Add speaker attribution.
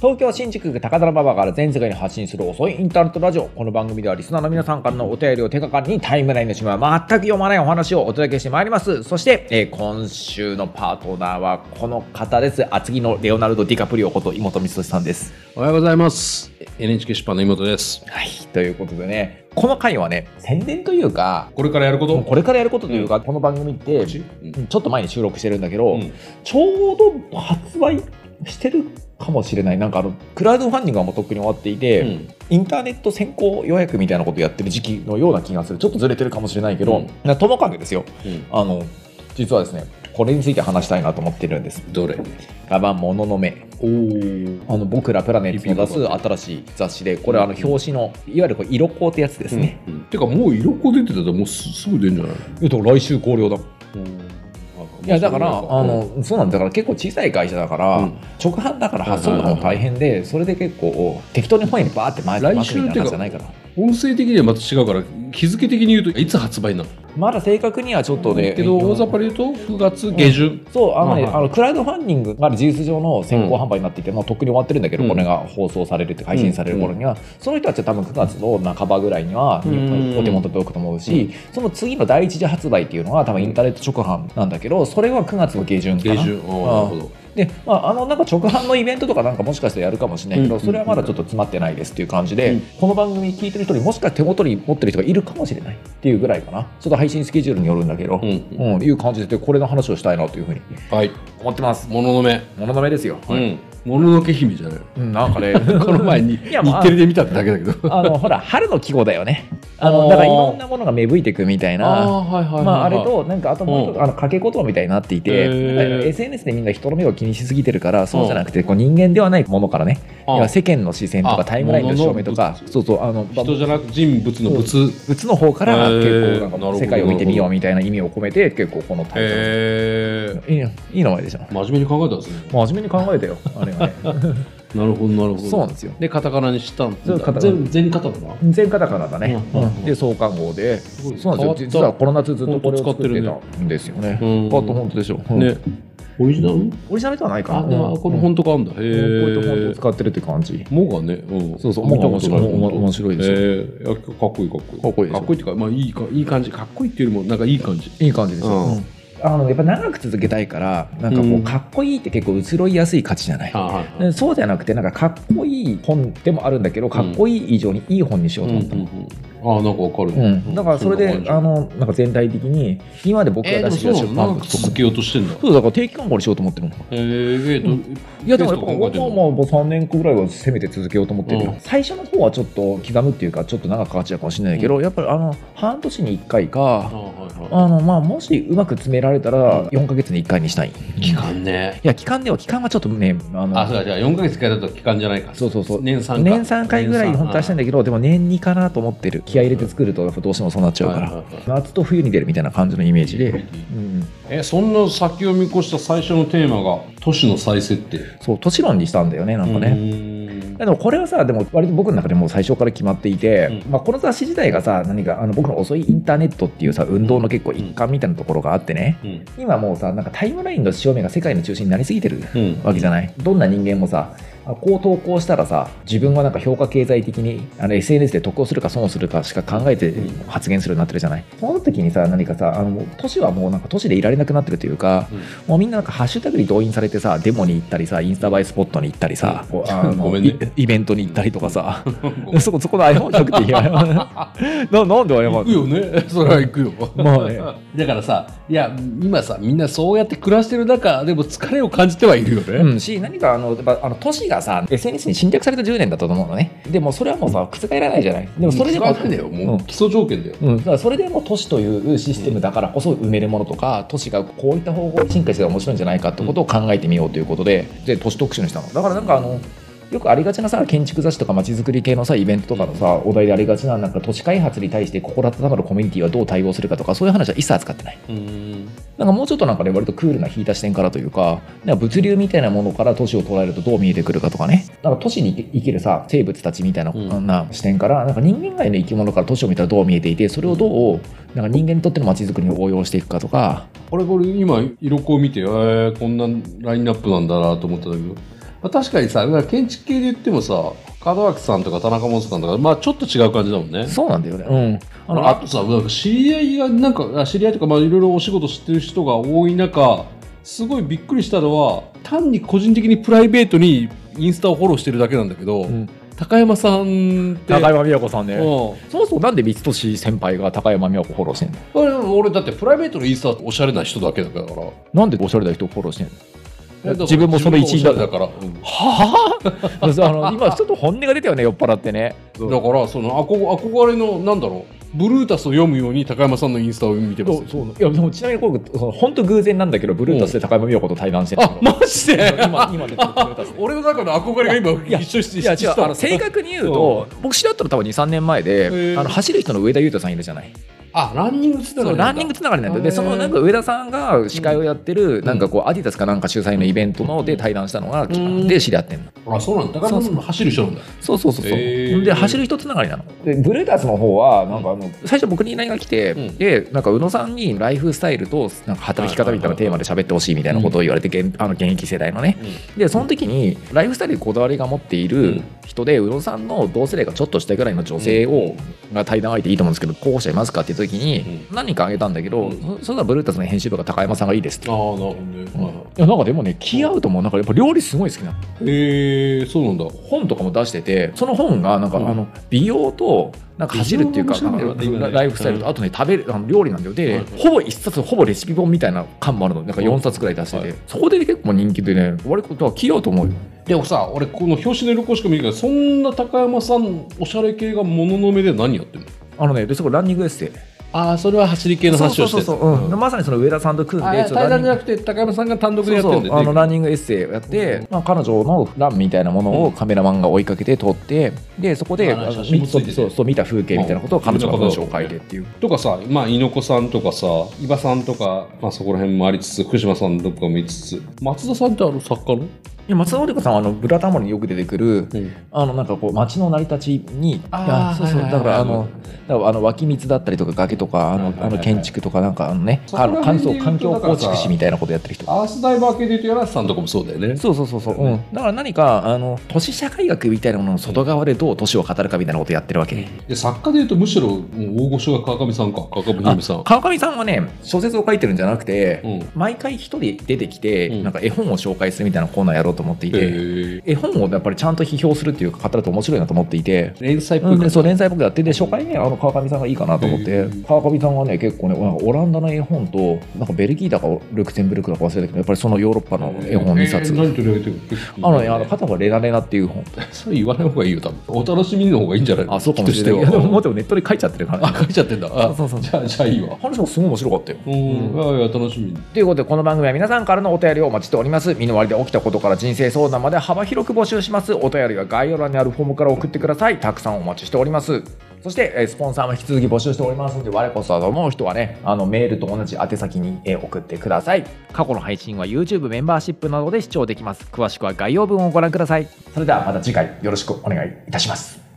Speaker 1: 東京新宿区高田馬場から全世界に発信する遅いインターネットラジオこの番組ではリスナーの皆さんからのお便りを手がかりにタイムラインの島は全く読まないお話をお届けしてまいりますそして、えー今週のパートナーはこの方です厚木のレオナルド・ディカプリオこと妹光俊さんです
Speaker 2: おはようございます。NHK 出版の妹です。
Speaker 1: はいということでねこの回はね宣伝というか
Speaker 2: これからやるこ
Speaker 1: もうこれからやることというか、この番組ってちょっと前に収録してるんだけど、ちょうど発売してるかもしれないなんかあのクラウドファンディングはもうとっくに終わっていて、インターネット先行予約みたいなことやってる時期のような気がするちょっとずれてるかもしれないけど、
Speaker 2: うん
Speaker 1: なともかくですよあの実はですねこれについて話したいなと思ってるんです
Speaker 2: どれ
Speaker 1: カバンもののめ
Speaker 2: おお。
Speaker 1: あの僕らプラネットの出す新しい雑誌でこれはあの表紙のいわゆるこう色コってやつですね、
Speaker 2: うんてかもう色粉出てたらもうすすぐ出るんじゃない
Speaker 1: えっと来週考慮だ
Speaker 2: い
Speaker 1: いやだから、あのそうなんだだから結構小さい会社だから、
Speaker 2: うん
Speaker 1: 直販だから発送とかも大変で、それで結構適当に本屋にバーって前
Speaker 2: 来
Speaker 1: 回す
Speaker 2: 週
Speaker 1: み
Speaker 2: った
Speaker 1: い
Speaker 2: てい
Speaker 1: な感
Speaker 2: うか
Speaker 1: じじゃないから
Speaker 2: 音声的にはまた違うから日付的に言うといつ発売なの
Speaker 1: まだ正確にはちょっとね
Speaker 2: けど大雑把に言うと9月下旬、
Speaker 1: そうあの、ね
Speaker 2: うんうん
Speaker 1: あのクラウドファンディングが事実上の先行販売になっていて、もうとっくに終わってるんだけど、
Speaker 2: うん
Speaker 1: これが放送されるって配信される頃には、その人たちは多分9月の半ばぐらいには日本にお手元に届くと思うし、その次の第一次発売っていうのは多分インターネット直販なんだけどそれは9月の下旬かな
Speaker 2: 下旬ああなるほど
Speaker 1: で、まあ、あのなんか直販のイベントとかなんかもしかしてやるかもしれないけど、
Speaker 2: うん
Speaker 1: それはまだちょっと詰まってないですっていう感じで、
Speaker 2: うん
Speaker 1: この番組聞いてる人にもしかして手元に持ってる人がいるかもしれないっていうぐらいかなちょっと配信スケジュールによるんだけど、
Speaker 2: う
Speaker 1: うんんいう感じでこれの話をしたいなというふうに
Speaker 2: はい
Speaker 1: 思ってます
Speaker 2: もののめ
Speaker 1: もののめですよ、
Speaker 2: う
Speaker 1: はい
Speaker 2: んもののけ姫じゃないの
Speaker 1: うんなんかね
Speaker 2: この前に
Speaker 1: い
Speaker 2: 日
Speaker 1: やまあ
Speaker 2: テレで見たってだけだけど
Speaker 1: あのほら春の季語だよねあ
Speaker 2: あ
Speaker 1: の
Speaker 2: ー
Speaker 1: だからいろんなものが芽吹いていくみたい な
Speaker 2: ーはいはいはいはい
Speaker 1: まあ、あれとなんかあともう一
Speaker 2: う
Speaker 1: つあの掛け言葉みたいになっていて
Speaker 2: へー
Speaker 1: なんか SNS でみんな人の目を気にしすぎてるからそうじゃなくてこう人間ではないものからね
Speaker 2: あ
Speaker 1: いや世間の視線とか
Speaker 2: あ
Speaker 1: タイムラインの照明とか
Speaker 2: 物の
Speaker 1: そうそうあの
Speaker 2: 人じゃなく人物の物
Speaker 1: 物の方から
Speaker 2: へー
Speaker 1: 結構な
Speaker 2: なる
Speaker 1: ん
Speaker 2: ほ
Speaker 1: か
Speaker 2: ど
Speaker 1: 世界を見てみようみたいな意味を込めて結構このタイト
Speaker 2: へえ
Speaker 1: ルいいよいい名前でしょ
Speaker 2: 真面目に考えたんですね
Speaker 1: 真面目に考えたよあれはね
Speaker 2: なるほどなるほ ど
Speaker 1: そうなんですよ
Speaker 2: でカタカナにしたん
Speaker 1: そうカタカナ
Speaker 2: 全全カタカナ
Speaker 1: 全カタカナだね、
Speaker 2: うん
Speaker 1: うんで創刊号です
Speaker 2: ごい
Speaker 1: そうなんですよ実
Speaker 2: 変わ
Speaker 1: は
Speaker 2: った
Speaker 1: この夏ずっとこれを作ってたんですよね
Speaker 2: う
Speaker 1: あ
Speaker 2: ん
Speaker 1: と本当でしょ、うん
Speaker 2: ねオリジナル
Speaker 1: オリジナルではないかな
Speaker 2: あでもこの
Speaker 1: うん
Speaker 2: 本とかあんだへ
Speaker 1: こういうとこ
Speaker 2: え
Speaker 1: 使ってるって感じ。
Speaker 2: もがねうん
Speaker 1: そうそう
Speaker 2: 見たこと
Speaker 1: もが面白い
Speaker 2: ない
Speaker 1: もが面白いですよ
Speaker 2: へえいやかっこいいかっこいい
Speaker 1: かっこいいでしょ
Speaker 2: かっこいいっていうかまあいいかいい感じかっこいいっていうよりもなんかいい感じ
Speaker 1: いい感じですよ。
Speaker 2: うん
Speaker 1: うんあのやっぱ長く続けたいからなんかこ
Speaker 2: う
Speaker 1: うんかっこいいって結構移ろいやすい価値じゃない。
Speaker 2: はい
Speaker 1: でそうじゃなくてなんかかっこいい本でもあるんだけどかっこいい以上にいい本にしよう
Speaker 2: うん
Speaker 1: と
Speaker 2: うん
Speaker 1: 思ったの。
Speaker 2: うんあなんかわかる
Speaker 1: うんだからそれで、
Speaker 2: うん
Speaker 1: あのなんか全体的に今まで僕
Speaker 2: えー
Speaker 1: が
Speaker 2: で
Speaker 1: 出
Speaker 2: も
Speaker 1: して
Speaker 2: そう
Speaker 1: る
Speaker 2: な
Speaker 1: 出
Speaker 2: の
Speaker 1: 版物
Speaker 2: 長く
Speaker 1: と
Speaker 2: 続けようとしてんだ
Speaker 1: そうだから定期刊行にしようと思ってるの。
Speaker 2: えーえーと
Speaker 1: いやでもやっぱ
Speaker 2: ペースとか考え
Speaker 1: 僕
Speaker 2: てる
Speaker 1: は
Speaker 2: の
Speaker 1: もう3年くらいは攻めて続けようと思ってるよ、
Speaker 2: うん
Speaker 1: 最初の方はちょっと刻むっていうかちょっと長くかかっちゃうかもしれないけど、やっぱりあの半年に1回か
Speaker 2: あはいはい
Speaker 1: あのまあもしうまく詰められたら4ヶ月に1回にしたい。い
Speaker 2: 期間ね
Speaker 1: や期間では期間はちょっとねあの
Speaker 2: あ、そうか、じゃあ4ヶ月かだと期間じゃないか。
Speaker 1: そうそうそう
Speaker 2: 年3回。
Speaker 1: 年3回ぐらい本当はしたいん
Speaker 2: だ
Speaker 1: だけどでも年2かなと思ってる気合い入れて作るとやっぱどうしてもそうなっちゃうから、夏と冬に出るみたいな感じのイメージで、うん、
Speaker 2: え、そんな先を見越した最初のテーマが、都市の再設定。
Speaker 1: そう都市論にしたんだよねなんかね。
Speaker 2: ね
Speaker 1: でもこれはさでも割と僕の中でもう最初から決まっていて、
Speaker 2: うん
Speaker 1: まあ、この雑誌自体がさ何かあの僕の遅いインターネットっていうさ運動の結構一環みたいなところがあってね
Speaker 2: うん。
Speaker 1: 今もうさなんかタイムラインの潮目が世界の中心になりすぎてる
Speaker 2: うん。
Speaker 1: わけじゃないどんな人間もさあこう投稿したらさ自分はなんか評価経済的にあの SNS で得をするか損をするかしか考えて
Speaker 2: うん
Speaker 1: 発言するようになってるじゃないその時にさ何かさあの都市はもうなんか都市でいられなくなってるというかもうみんななんかハッシュタグに動員されてさデモに行ったりさインスタ映えスポットに行ったりさ、こうあの
Speaker 2: ごめんね
Speaker 1: イイベントに行ったりとかさそこそこの iPhone100 って言えないななんで謝る
Speaker 2: 行くよね。 それは行くよ。
Speaker 1: まあね
Speaker 2: だからさ、いや、今さ、みんなそうやって暮らしてる中、でも疲れを感じてはいるよ
Speaker 1: う
Speaker 2: ね。
Speaker 1: ん、し何かあのやっぱあの都市がさ SNS に侵略された10年だったと思うのねでもそれはもうさ覆らないじゃないでもそれでも
Speaker 2: 疲れないよ。もう基礎条件だよ。
Speaker 1: うん、だからそれでも都市というシステムだからこそ埋めるものとか都市がこういった方向に進化してたら面白いんじゃないかってことを考えてみようということでで都市特集にしたのだからなんかあのよくありがちなさ建築雑誌とかまちづくり系のさイベントとかのさお題でありがちななんか都市開発に対して心温まるコミュニティはどう対応するかとかそういう話は一切扱ってない
Speaker 2: うん。
Speaker 1: なんかもうちょっとなんかね割とクールな引いた視点からというかなんか物流みたいなものから都市を捉えるとどう見えてくるかとかねなんか都市に生き生きるさ生物たちみたいな,、
Speaker 2: うん
Speaker 1: な視点からなんか人間外の生き物から都市を見たらどう見えていてそれをどうなんか人間にとっての街づくりに応用していくかとか
Speaker 2: あれこれ今色こを見て、えーこんなラインナップなんだなと思ったんだけどまあ、確かにさだから建築系で言ってもさ門脇さんとか田中本さんとかまあちょっと違う感じだもんね
Speaker 1: そうなんだよねうん
Speaker 2: あ
Speaker 1: あの
Speaker 2: のあ
Speaker 1: あ
Speaker 2: とさなんか知り合いがなんかあ知り合いとかまあいろいろお仕事してる人が多い中すごいびっくりしたのは単に個人的にプライベートにインスタをフォローしてるだけなんだけど、
Speaker 1: うん
Speaker 2: 高山さんって
Speaker 1: 高山美和子さんね
Speaker 2: うん
Speaker 1: そもそもなんで三越先輩が高山美和子フォローしてんの
Speaker 2: あれ俺だってプライベートのインスタはおしゃれな人だけだから
Speaker 1: なんでおしゃれな人をフォローしてんの
Speaker 2: えだから
Speaker 1: 自分もその一員だ
Speaker 2: 自分がおしゃれだから、うん
Speaker 1: はああの今ちょっと本音が出たよね酔っ払ってね
Speaker 2: だからその憧憧れのなんだろうブルータスを読むように高山さんのインスタを見てま
Speaker 1: そ
Speaker 2: す
Speaker 1: うそういやでもちなみにこれその本当偶然なんだけどブルータスで高山美和子と対談して
Speaker 2: あマジで
Speaker 1: 今今出てるブルータスね
Speaker 2: 俺の中の憧れが今一緒して
Speaker 1: いや違うあの正
Speaker 2: 正
Speaker 1: 確に言うと僕知り合ったの多分23年前で
Speaker 2: ー
Speaker 1: あの走る人の上田裕太さんいるじゃない
Speaker 2: あランニングつ
Speaker 1: そ
Speaker 2: ながり
Speaker 1: う
Speaker 2: な
Speaker 1: ラ
Speaker 2: ん
Speaker 1: ン
Speaker 2: だ
Speaker 1: ニングつながりなんだよで
Speaker 2: へー
Speaker 1: そのなんか上田さんが司会をやってる、
Speaker 2: ん
Speaker 1: なんかこうアディダスかなんか主催のイベントので対談したのが、
Speaker 2: ん
Speaker 1: で知り合ってんの
Speaker 2: あそうなんだ高山さんも走る人なんだ
Speaker 1: そうそうそうそう、
Speaker 2: へー
Speaker 1: で走る人つながりなのでブルータスの方はなんかあの、最初僕に依頼が来て、
Speaker 2: うん
Speaker 1: でなんか宇野さんにライフスタイルとなんか働き方みたいなテーマで喋ってほしいみたいなことを言われて、現あの現役世代のねでその時にライフスタイルにこだわりが持っていうる
Speaker 2: ん
Speaker 1: 人で、宇野さんの同世代がちょっとしたぐらいの女性を、が対談相手いいと思うんですけど候補者いますかっていう時に何人かあげたんだけど、
Speaker 2: うん
Speaker 1: そそしたらブルータスの編集部が高山さんがいいですって。
Speaker 2: ああなるほどね
Speaker 1: うんいやなんかでもね気合うともなんかやっぱ料理すごい好きなの
Speaker 2: へえそうなんだ
Speaker 1: 本とかも出しててその本がなんか、
Speaker 2: うん
Speaker 1: あの美容となんか走るっていうか
Speaker 2: 美容も面白いんだよね
Speaker 1: なんか
Speaker 2: 今ね
Speaker 1: ライフスタイルと、
Speaker 2: うん
Speaker 1: あとね食べるあの料理なんだよで、
Speaker 2: はい
Speaker 1: ほぼ一冊ほぼレシピ本みたいな感もあるのなんか4冊くらい出してて、
Speaker 2: はい
Speaker 1: そこで結構人気でね割と気合うと思うよ
Speaker 2: でもさ俺この表紙の横しか見るけどそんな高山さんおしゃれ系がものの目で何やってんの
Speaker 1: あのねでそこランニングエッセイ
Speaker 2: ああそれは走り系の
Speaker 1: そう
Speaker 2: 話
Speaker 1: そう
Speaker 2: をして
Speaker 1: そう
Speaker 2: る
Speaker 1: そう、うんまさにその上田さんと組んでち
Speaker 2: あ
Speaker 1: ょっと
Speaker 2: 対
Speaker 1: ラ
Speaker 2: 談
Speaker 1: ン
Speaker 2: じ
Speaker 1: ニ
Speaker 2: ゃ
Speaker 1: ン
Speaker 2: な
Speaker 1: グ
Speaker 2: くて高山さんが単独で
Speaker 1: そう
Speaker 2: やっ
Speaker 1: そ
Speaker 2: てるん
Speaker 1: う
Speaker 2: だ
Speaker 1: あの
Speaker 2: よね
Speaker 1: ランニングエッセイをやって、まあ、彼女のランみたいなもの
Speaker 2: う
Speaker 1: をカメラマンが追いかけて撮ってでそこであ
Speaker 2: あの
Speaker 1: の
Speaker 2: 写真もついてて
Speaker 1: そうそう見た風景みたいなことを彼女が文章を書いてっていう
Speaker 2: とかさ、まあ、猪子さんとかさ伊庭さんとか、まあ、そこら辺もありつつ福島さんとかもいつつ松田さんってあの作家の、
Speaker 1: いや松田織子さんはあの「ブラタモリ」によく出てくる
Speaker 2: うん、
Speaker 1: あのなんかこう街の成り立ちにいやそうそうだからあのだからあの湧き水だったりとか崖とかあ
Speaker 2: は
Speaker 1: の
Speaker 2: いはい
Speaker 1: あ
Speaker 2: はい
Speaker 1: の建築とかなんかあのね
Speaker 2: そこ
Speaker 1: あ
Speaker 2: ら
Speaker 1: の環
Speaker 2: 辺で
Speaker 1: 境
Speaker 2: 言うと
Speaker 1: 環境構築
Speaker 2: だか
Speaker 1: 士
Speaker 2: ら
Speaker 1: みたいなことやってる人
Speaker 2: アースダイバー系で言うと柳瀬さんとかもそうだよね
Speaker 1: そうそうそうそう、うん、だから何かあの都市社会学みたいなものの外側でどう都市を語るかみたいなことやってるわけ、
Speaker 2: で作家で言うとむしろもう大御所が川上さんか川上
Speaker 1: あ
Speaker 2: 文さん
Speaker 1: 川上さんはね小説を書いてるんじゃなくて、
Speaker 2: うん
Speaker 1: 毎回一人出てきて、
Speaker 2: うん
Speaker 1: なんか絵本を紹介するみたいなコーナーやろうと思っていて、
Speaker 2: へえ
Speaker 1: 絵本をやっぱりちゃんと批評するっていうか語ると面白いなと思っていて、
Speaker 2: 連載っぽ
Speaker 1: う
Speaker 2: い
Speaker 1: ん、
Speaker 2: 感
Speaker 1: で
Speaker 2: じ
Speaker 1: そう連載僕やってで初回ねあの川上さんがいいかなと思って、
Speaker 2: へー
Speaker 1: 川上さんはね結構ねなんかオランダの絵本となんかベルギーだかルクセンブルクだか忘れたけどやっぱりそのヨーロッパの絵本2冊、
Speaker 2: えー何取り上げてる結構
Speaker 1: あのねあの片方はレナレナっていう本
Speaker 2: そう言わない方がいいよ多分お楽しみの方がいいんじゃない
Speaker 1: あそうかもしれない いや
Speaker 2: 人
Speaker 1: で
Speaker 2: として
Speaker 1: も
Speaker 2: は
Speaker 1: 待ってネットで書いちゃってるから、
Speaker 2: あ書いちゃってんだ あ
Speaker 1: そうそう
Speaker 2: じゃあじゃあいいわ
Speaker 1: 話もすごい面白かったよ
Speaker 2: うん、いやいや楽しみ
Speaker 1: ということでこの番組は皆さんからのお便りをお待ちしております身の回りで起きたことから人生相談まで幅広く募集しますお便りは概要欄にあるフォームから送ってくださいたくさんお待ちしておりますそしてえースポンサーも引き続き募集しておりますので我こそはと思う人はねあのメールと同じ宛先にえー送ってください過去の配信は YouTube メンバーシップなどで視聴できます詳しくは概要文をご覧くださいそれではまた次回よろしくお願いいたします